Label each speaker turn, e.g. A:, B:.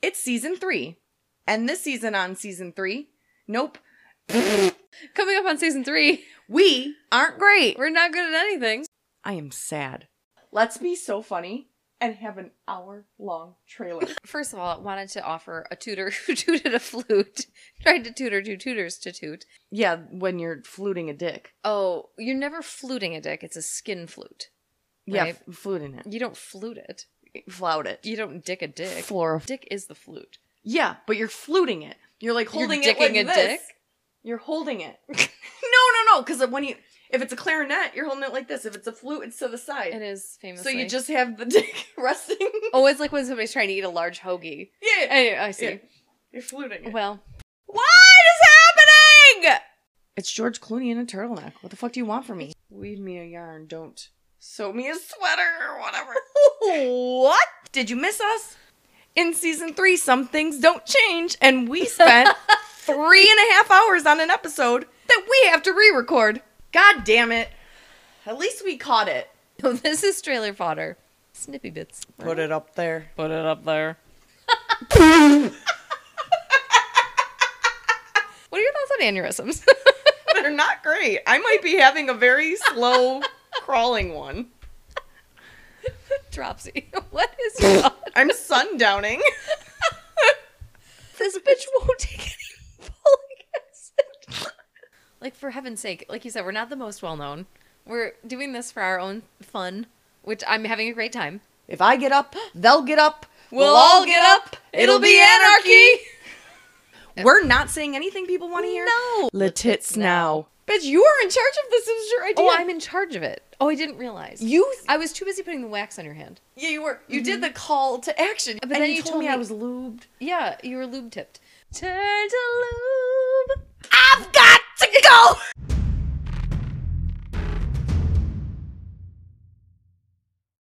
A: It's season three. And this season on season three, nope,
B: Coming up on season three,
A: we aren't great.
B: we're not good at anything.
A: I am sad. Let's be so funny and have an hour long trailer.
B: First of all, I wanted to offer a tutor who tooted a flute, tried to tutor two tutors to toot.
A: yeah, when you're fluting a dick.
B: Oh, you're never fluting a dick, it's a skin flute.
A: Yeah,
B: Right.
A: f- fluting it.
B: You don't flute it,
A: Flout it.
B: you don't dick a dick.
A: Flora.
B: Dick is the flute.
A: Yeah, but you're fluting it. You're like
B: You're
A: holding it like
B: dicking a
A: this.
B: dick?
A: You're holding it. no, no, no. Because when you, if it's a clarinet, you're holding it like this. If it's a flute, it's to the side.
B: It is famous.
A: so you just have the dick resting.
B: Oh, it's like when somebody's trying to eat a large hoagie.
A: yeah,
B: Anyway, I see.
A: Yeah. you're fluting it.
B: Well,
A: What is happening? It's George Clooney in a turtleneck. What the fuck do you want from me? Weave me a yarn. Don't sew me a sweater or whatever. what? Did you miss us? In season three, some things don't change, and we spent three and a half hours on an episode that we have to re record. God damn it. At least we caught it.
B: this is trailer fodder. Snippy bits.
A: Put it up there.
B: Put it up there. what are your thoughts on aneurysms?
A: They're not great. I might be having a very slow crawling one.
B: Dropsy. What is your thought?
A: I'm sundowning.
B: This bitch won't take any folic acid. like, for heaven's sake, like you said, we're not the most well known. We're doing this for our own fun, which I'm having a great time.
A: If I get up, they'll get up. We'll,
B: We'll
A: all
B: all
A: get up. It'll be anarchy. We're not saying anything people want to hear.
B: No.
A: Letits now. Bitch, you are in charge of this. It was your idea.
B: Oh, I'm in charge of it. Oh, I didn't realize.
A: You. Mm-hmm.
B: I was too busy putting the wax on your hand.
A: Yeah, you were. You did the call to action. But
B: then you told me-
A: lubed.
B: Yeah, you were lube tipped. Turn to lube.
A: I've got to go.